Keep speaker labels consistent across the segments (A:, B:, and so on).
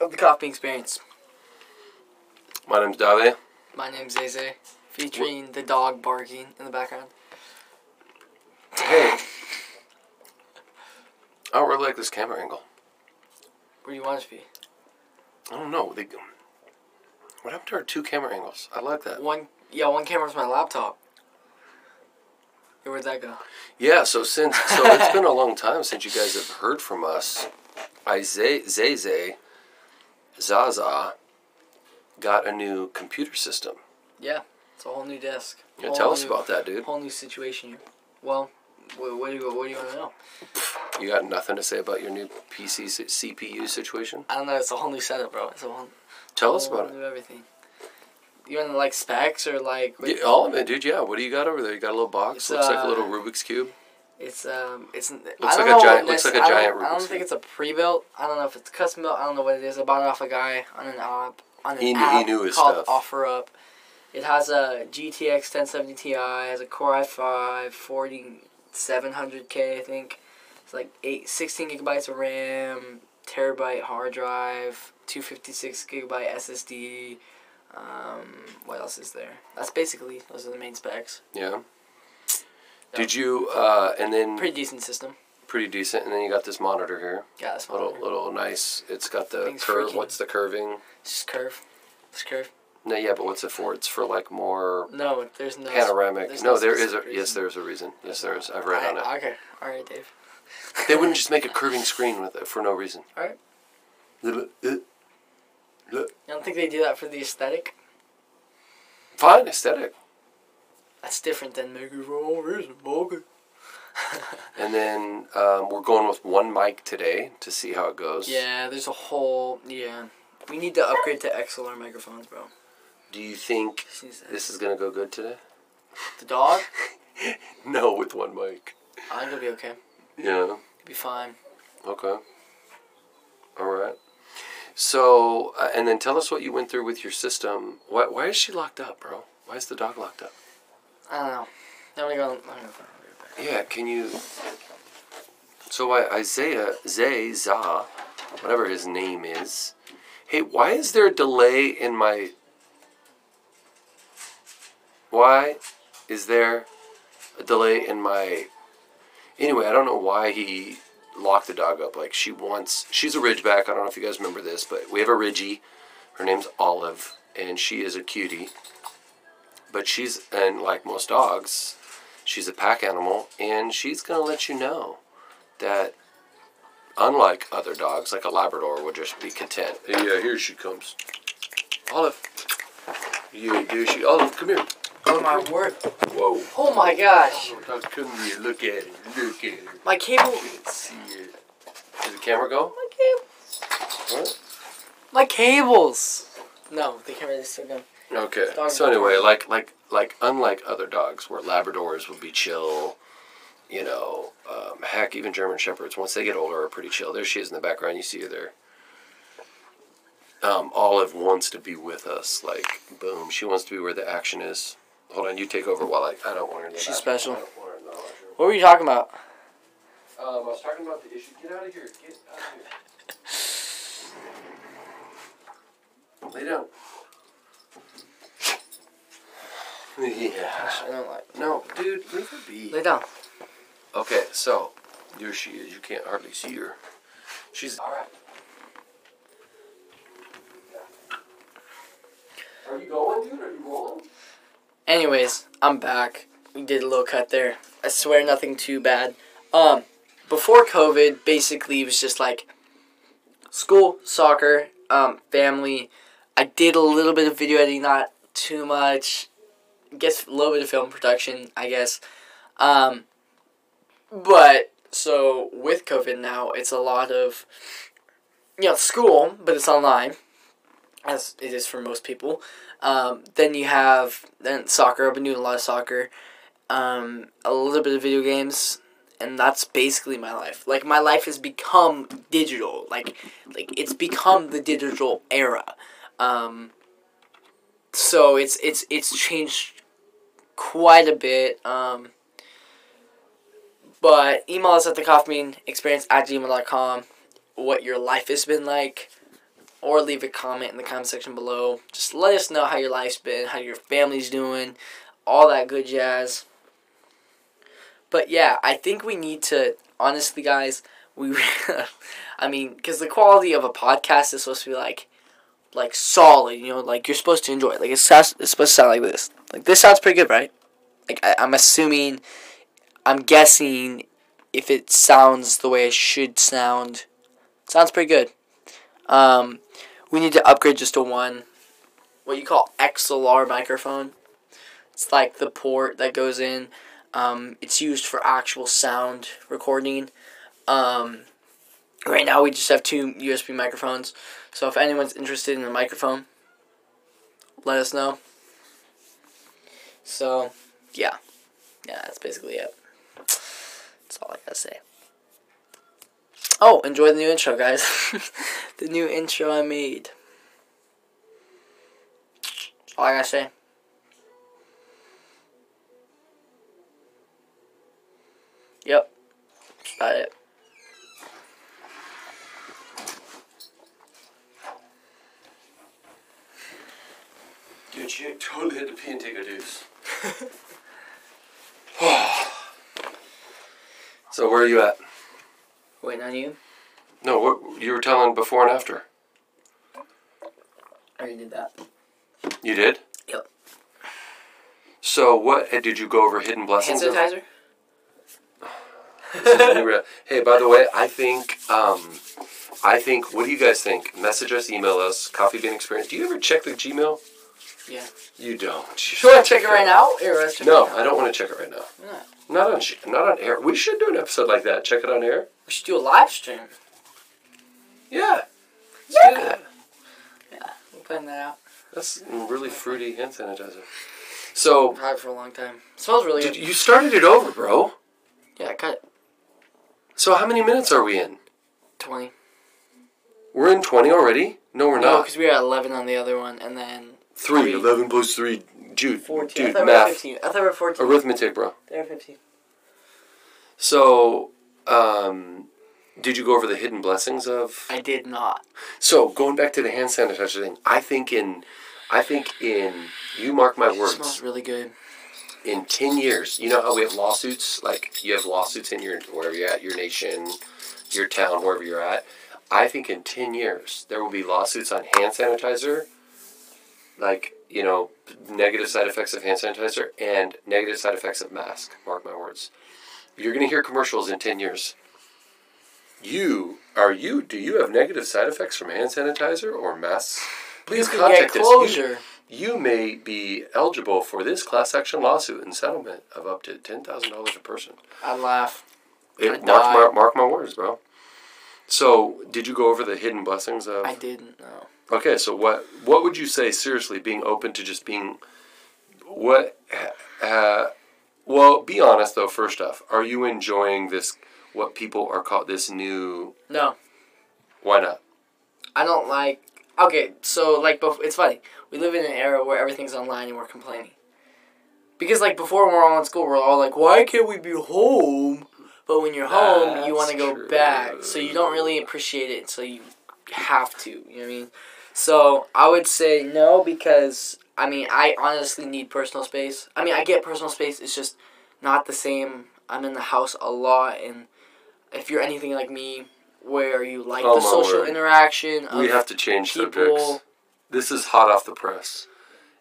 A: Of the Coffee Experience.
B: My name's Dave.
A: My name's Zay featuring the dog barking in the background.
B: Hey. I don't really like this camera angle.
A: Where do you want it to be?
B: I don't know. They, what happened to our two camera angles? I like that.
A: One, yeah, one camera's my laptop. Yeah, Where'd that go?
B: Yeah. So since so it's been a long time since you guys have heard from us. I Zay Zay Zay Zaza got a new computer system.
A: Yeah, it's a whole new desk.
B: Yeah,
A: Whole
B: tell us
A: new-
B: about that, dude.
A: Whole new situation here. Well, what, what do you what do you want to know?
B: You got nothing to say about your new PC s- CPU situation?
A: I don't know. It's a whole new setup, bro. It's a whole,
B: Tell us
A: whole
B: about it.
A: new everything. You want like specs or like
B: Yeah, all of it, dude. Yeah. What do you got over there? You got a little box.
A: It's,
B: looks like
A: uh,
B: a little Rubik's cube.
A: It's um, it's looks
B: like a giant- looks like a
A: I
B: giant
A: don't, I
B: Rubik's
A: don't think
B: Cube.
A: it's a pre-built. I don't know if it's custom built. I don't know what it is. I bought it off a guy on an app on an
B: He knew- he
A: app
B: knew his
A: called
B: stuff.
A: OfferUp. It has a GTX 1070 Ti, has a Core i5 4700K, I think. It's like eight, 16 gigabytes of RAM, terabyte hard drive, 256 gigabyte SSD. Um, what else is there? That's basically those are the main specs.
B: Yeah. Did you? Uh, and then
A: Pretty decent system.
B: pretty decent. And then you got this monitor here.
A: Yeah, that's fine.
B: Little little nice. It's got the
A: Thing's
B: curve.
A: freaking-
B: What's the curving?
A: It's just curve. It's curve.
B: No, yeah, but what's it for? It's for like more
A: No, there's no
B: panoramic.
A: there's
B: No,
A: no
B: there is a
A: specific
B: yes,
A: reason.
B: there is a reason. Yes, there is. I've read on it.
A: I- Okay, all right, Dave.
B: They wouldn't just make a curving screen with it for no reason. uh,
A: All right.
B: Fine
A: You don't think they do that for the aesthetic?
B: aesthetic.
A: That's different than making for all reason, okay.
B: And then um, we're going with one mic today to see how it goes.
A: Yeah, there's a whole yeah. We need to upgrade to XLR microphones, bro.
B: Do you think
A: This needs to-
B: this is gonna go good today?
A: The dog,
B: No, with one mic.
A: I think it'll be okay.
B: Yeah.
A: It'll be fine.
B: Okay. All right. So, uh, and then tell us what you went through with your system. Why, why is she locked up, bro? Why is the dog locked up?
A: I don't know. Then we go. I'm gonna go back.
B: Yeah, can you? So I, Isaiah Zay Za, whatever his name is. Hey, why is there a delay in my? Why is there a delay in my? Anyway, I don't know why he locked the dog up. Like she wants, she's a Ridgeback. I don't know if you guys remember this, but we have a Ridgie. Her name's Olive, and she is a cutie. But she's and like most dogs, She's a pack animal, and she's going to let you know that, unlike other dogs, like a Labrador will just be content. Yeah, here she comes. Olive. Yeah, there she Olive, come here.
A: Oh my word!
B: Whoa.
A: Oh my gosh!
B: Come here, look at it. Look at it.
A: My cable.
B: See it. Did the camera go?
A: My cable.
B: What?
A: My cables. No, the camera is still going.
B: Okay.
A: Dog-
B: So anyway, like like like unlike other dogs, where Labradors would be chill, you know, um, heck, even German Shepherds. Once they get older, are pretty chill. There she is in the background. You see her there. Um, Olive wants to be with us. Like, boom, she wants to be where the action is. Hold on, you take over while I. I don't want her. In the
A: She's special.
B: bathroom. I don't want her in the bathroom.
A: What were you talking about?
B: Um, I was talking about the issue. Get out of here. Get out of here. Lay down. Yeah.
A: I don't like.
B: No, dude, leave her be.
A: Lay down.
B: Okay, so there she is. You can't hardly see her. She's all right. Are you going, dude? Are you rolling?
A: Anyways, I'm back. We did a little cut there. I swear nothing too bad. Um, before COVID, basically it was just like school, soccer, um, family. I did a little bit of video editing, not too much. Guess a little bit of film production, I guess. Um, but so with COVID now, it's a lot of you know school, but it's online, as it is for most people. Um, then you have then soccer. I've been doing a lot of soccer, um, a little bit of video games, and that's basically my life. Like my life has become digital. Like like it's become the digital era. Um, so it's it's it's changed quite a bit. Um, but email us at the Kaufman experience at gmail.com what your life has been like, or leave a comment in the comment section below. Just let us know how your life's been, how your family's doing, all that good jazz. But yeah, I think we need to honestly, guys. We, I mean, because the quality of a podcast is supposed to be like, like solid. You know, like you're supposed to enjoy. It. Like it sounds, it's supposed to sound like this. Like this sounds pretty good, right? Like I, I'm assuming, I'm guessing, if it sounds the way it should sound, it sounds pretty good. Um, we need to upgrade just to one, what you call XLR microphone. It's like the port that goes in. Um, it's used for actual sound recording. Um, right now, we just have two USB microphones. So if anyone's interested in a microphone, let us know. So, yeah, yeah, that's basically it. That's all I gotta say. Oh, enjoy the new intro, guys. the new intro I made. All I gotta say. Yep. That's about it.
B: Dude, she totally had to pee and take a deuce. so where are you at?
A: Waiting on you?
B: No, what, you were telling before and after.
A: I already did that.
B: You did.
A: Yep.
B: So what uh, did you go over hidden
A: Hand
B: blessings? of-
A: sanitizer?
B: Something real. hey, by the way, I think um, I think. What do you guys think? Message us, email us, Coffee Bean Experience. Do you ever check the Gmail?
A: Yeah.
B: You don't.
A: Do you want to check it right now? Here, let's check
B: No,
A: it
B: I don't want to check it right now.
A: now. No.
B: Not on. sh- Not on air. We should do an episode like that. Check it on air.
A: We should do a live stream.
B: Yeah. Let's do
A: Yeah.
B: that.
A: We'll plan that out.
B: That's really fruity hand sanitizer. So,
A: Probably for a long time. smells really
B: did,
A: good.
B: you started it over, bro.
A: Yeah, cut it. So
B: So how many minutes are we in?
A: 20.
B: We're in twenty already. No, we're
A: No,
B: not.
A: because we were at 11 on the other one, and then
B: Three.
A: three.
B: Eleven plus three. Dude,
A: 14. I
B: dude,
A: thought we were
B: math,
A: 15. I thought we were 14.
B: arithmetic, bro.
A: they were 15.
B: So, um, did you go over the hidden blessings of?
A: I did not.
B: So going back to the hand sanitizer thing, I think in, I think in, you mark my
A: It smells
B: words.
A: really good.
B: In ten years, you know how we have lawsuits. Like you have lawsuits in your wherever you're at, your nation, your town, wherever you're at. I think in ten years there will be lawsuits on hand sanitizer. Like you know, negative side effects of hand sanitizer and negative side effects of mask. Mark my words. You're gonna hear commercials in ten years. You are you? Do you have negative side effects from hand sanitizer or masks? Please
A: You can get
B: contact us. You-
A: closure.
B: you may be eligible for this class action lawsuit and settlement of up to ten thousand dollars a person.
A: I'd laugh.
B: It, mark
A: die.
B: my mark my words, bro. So, did you go over the hidden blessings of?
A: I didn't know.
B: Okay, so what what would you say seriously? Being open to just being, what? Uh, well, be honest though. First off, are you enjoying this? What people are called this new?
A: No.
B: Why not?
A: I don't like. Okay, so like, bef- it's funny. We live in an era where everything's online and we're complaining. Because like before, when we're all in school, we're all like, "Why can't we be home?" But when you're home, you want to
B: That's
A: go
B: true.
A: back, so you don't really appreciate it. So you have to. You know what I mean? So I would say no because I mean I honestly need personal space. I mean I get personal space. It's just not the same. I'm in the house a lot, and if you're anything like me, where you like
B: Oh,
A: the
B: my
A: social
B: word.
A: interaction, of
B: We have to change
A: people-
B: subjects. This is hot off the press.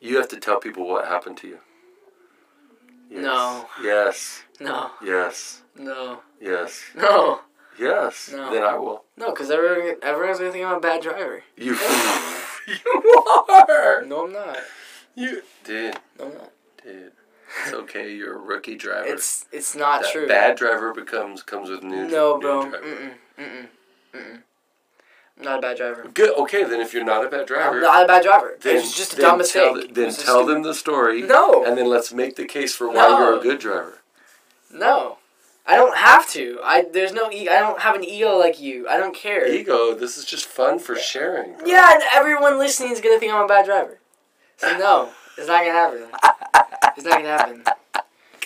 B: You have to tell people what happened to you. Yes.
A: No.
B: Yes.
A: no,
B: Yes.
A: no,
B: Yes.
A: no,
B: Yes.
A: No.
B: Then I will.
A: no, because everyone, everyone's gonna think I'm a bad driver.
B: You. you are.
A: No, I'm not.
B: You. Dude.
A: No, I'm not.
B: Dude. It's okay. You're a rookie driver.
A: It's it's not
B: that
A: true.
B: bad driver becomes comes with new.
A: No,
B: new
A: bro.
B: driver.
A: Mm-mm, mm-mm, mm-mm. I'm not a bad driver.
B: Good. Okay. Then if you're not a bad driver.
A: I'm not a bad driver.
B: Then,
A: it was just a
B: then
A: dumb
B: tell
A: mistake.
B: th- then
A: It was a
B: tell
A: stupid-
B: them the story.
A: No.
B: And then let's make the case for why
A: No.
B: you're a good driver.
A: No, I don't have to. I there's no. E- I don't have an ego like you. I don't care.
B: E-, ego. This is just fun for sharing. bro.
A: Yeah, and everyone listening is gonna think I'm a bad driver. So no, it's not gonna happen. It's not gonna happen.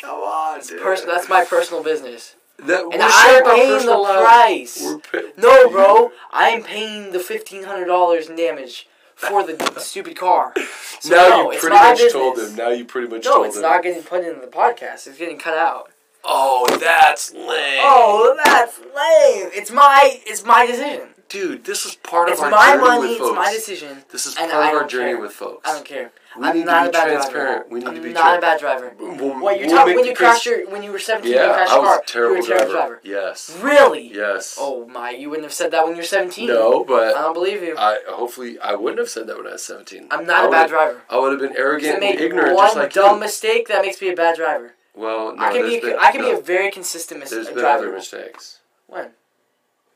B: Come on, dude.
A: Person, that's my personal business,
B: That,
A: and
B: we're
A: I'm
B: sharing our
A: paying the
B: personal lives.
A: price.
B: We're pay-
A: No, bro, I'm paying the fifteen hundred dollars in damage for the stupid car. So
B: now
A: no,
B: you
A: it's
B: pretty
A: my
B: much
A: business.
B: told him. Now you pretty much
A: No,
B: told
A: it's
B: him.
A: not getting put into the podcast. It's getting cut out.
B: oh, that's lame.
A: Oh, that's lame. It's my it's my decision.
B: dude, this is part
A: It's
B: of our
A: my
B: journey
A: money.
B: with
A: It's
B: folks.
A: my decision.
B: This is
A: and
B: part
A: I
B: of our
A: don't
B: journey
A: care.
B: with folks.
A: I don't care.
B: We
A: I'm
B: need
A: not
B: to
A: a
B: be
A: bad
B: transparent.
A: driver.
B: We need
A: I'm
B: to be
A: not a bad driver.
B: We'll,
A: What you
B: we'll
A: talk,
B: make
A: when
B: the
A: you
B: case-
A: crashed your when you were seventeen, you
B: Yeah,
A: crashed
B: I
A: your
B: was
A: car.
B: a terrible,
A: you were a terrible driver.
B: Yes.
A: Really?
B: Yes.
A: Oh Um, my! You wouldn't have said that when you were seventeen.
B: No,
A: I
B: but
A: don't believe you.
B: I hopefully I wouldn't have said that when I was seventeen.
A: I'm not
B: a
A: a bad driver.
B: I would have been
A: To
B: arrogant
A: make
B: and ignorant,
A: one
B: just like
A: dumb
B: you.
A: mistake that makes me a bad driver.
B: Well, no,
A: I can
B: there's
A: be a,
B: been,
A: I can
B: no,
A: be a very consistent mis-
B: There's been other
A: driver.
B: mistakes.
A: When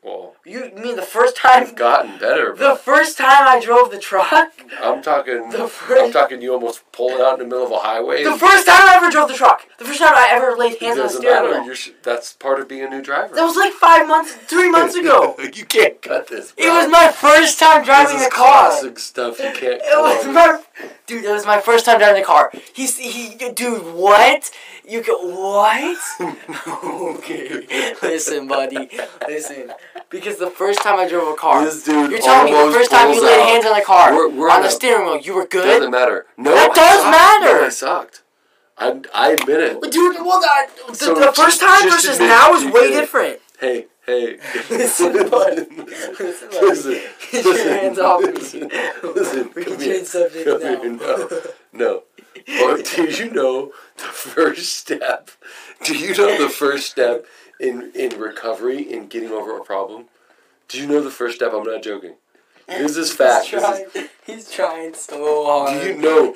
B: Well,
A: you mean the first time?
B: I've gotten better.
A: The
B: But
A: first time I drove the truck.
B: I'm talking.
A: the fir-
B: I'm talking. You almost pull it out in the middle of a highway.
A: The first time I ever drove the truck. The first time I ever laid
B: it
A: hands on a
B: doesn't
A: steering
B: matter.
A: wheel.
B: You're, sh- that's part of being a new driver.
A: That was like five months, three months ago.
B: you can't cut this.
A: It
B: bro.
A: was my first time
B: This
A: driving
B: is
A: a car.
B: Classic stuff. You can't.
A: It was
B: cut.
A: my dude. It was my first time driving a car. He's he, dude. What you go? What? okay, listen, buddy. Listen, because the first time I drove a car,
B: This dude
A: you're telling me the
B: almost
A: first time you
B: pulls
A: laid
B: out.
A: hands on a car
B: We're- we're
A: on
B: in
A: the
B: a-
A: steering wheel, you were good.
B: Doesn't matter. No,
A: That
B: I
A: does
B: sucked.
A: matter.
B: No, I sucked. I, I admit it.
A: Dude, well, the, the,
B: So
A: the
B: just-
A: first time
B: just
A: versus
B: admit
A: now is
B: you
A: way
B: did it.
A: different.
B: Hey, hey.
A: Listen, bud. Listen, bud.
B: Listen,
A: Get your
B: listen,
A: hands off me.
B: listen, Listen,
A: We can change
B: come here.
A: subject
B: Come
A: now.
B: here, no, no. Well, do you know the first step? Do you know the first step in in recovery in getting over a problem? Do you know the first step? I'm not joking. This is fact.
A: He's
B: This is,
A: trying, he's trying so hard.
B: do you know?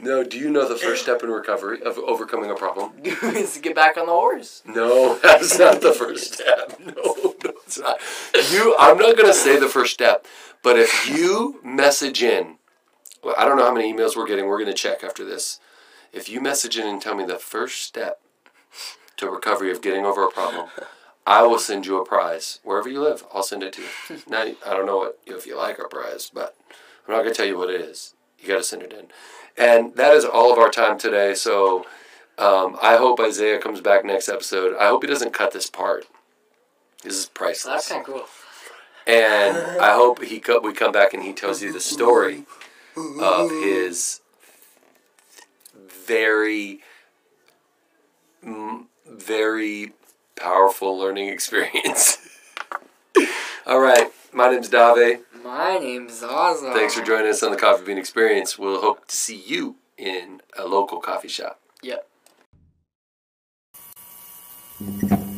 B: No. Do you know the first step in recovery of overcoming a problem?
A: is to get back on the horse.
B: No, that's not the first step. No, no, it's not. You, I'm not gonna say the first step, but if you message in, well, I don't know how many emails we're getting. We're gonna check after this. If you message in and tell me the first step to recovery of getting over a problem, I will send you a prize wherever you live. I'll send it to you. Now, I don't know what if you like our prize, but I'm not gonna tell you what it is. You gotta send it in, and that is all of our time today. So. Um, I hope Isaiah comes back next episode. I hope he doesn't cut this part. This is priceless.
A: That's kind of cool.
B: And I hope he co- we come back and he tells you the story of his very, m- very powerful learning experience. All right. My name's Dave.
A: My name's Zaza.
B: Thanks for joining us on the Coffee Bean Experience. We'll hope to see you in a local coffee shop.
A: Yep.
C: Thank you.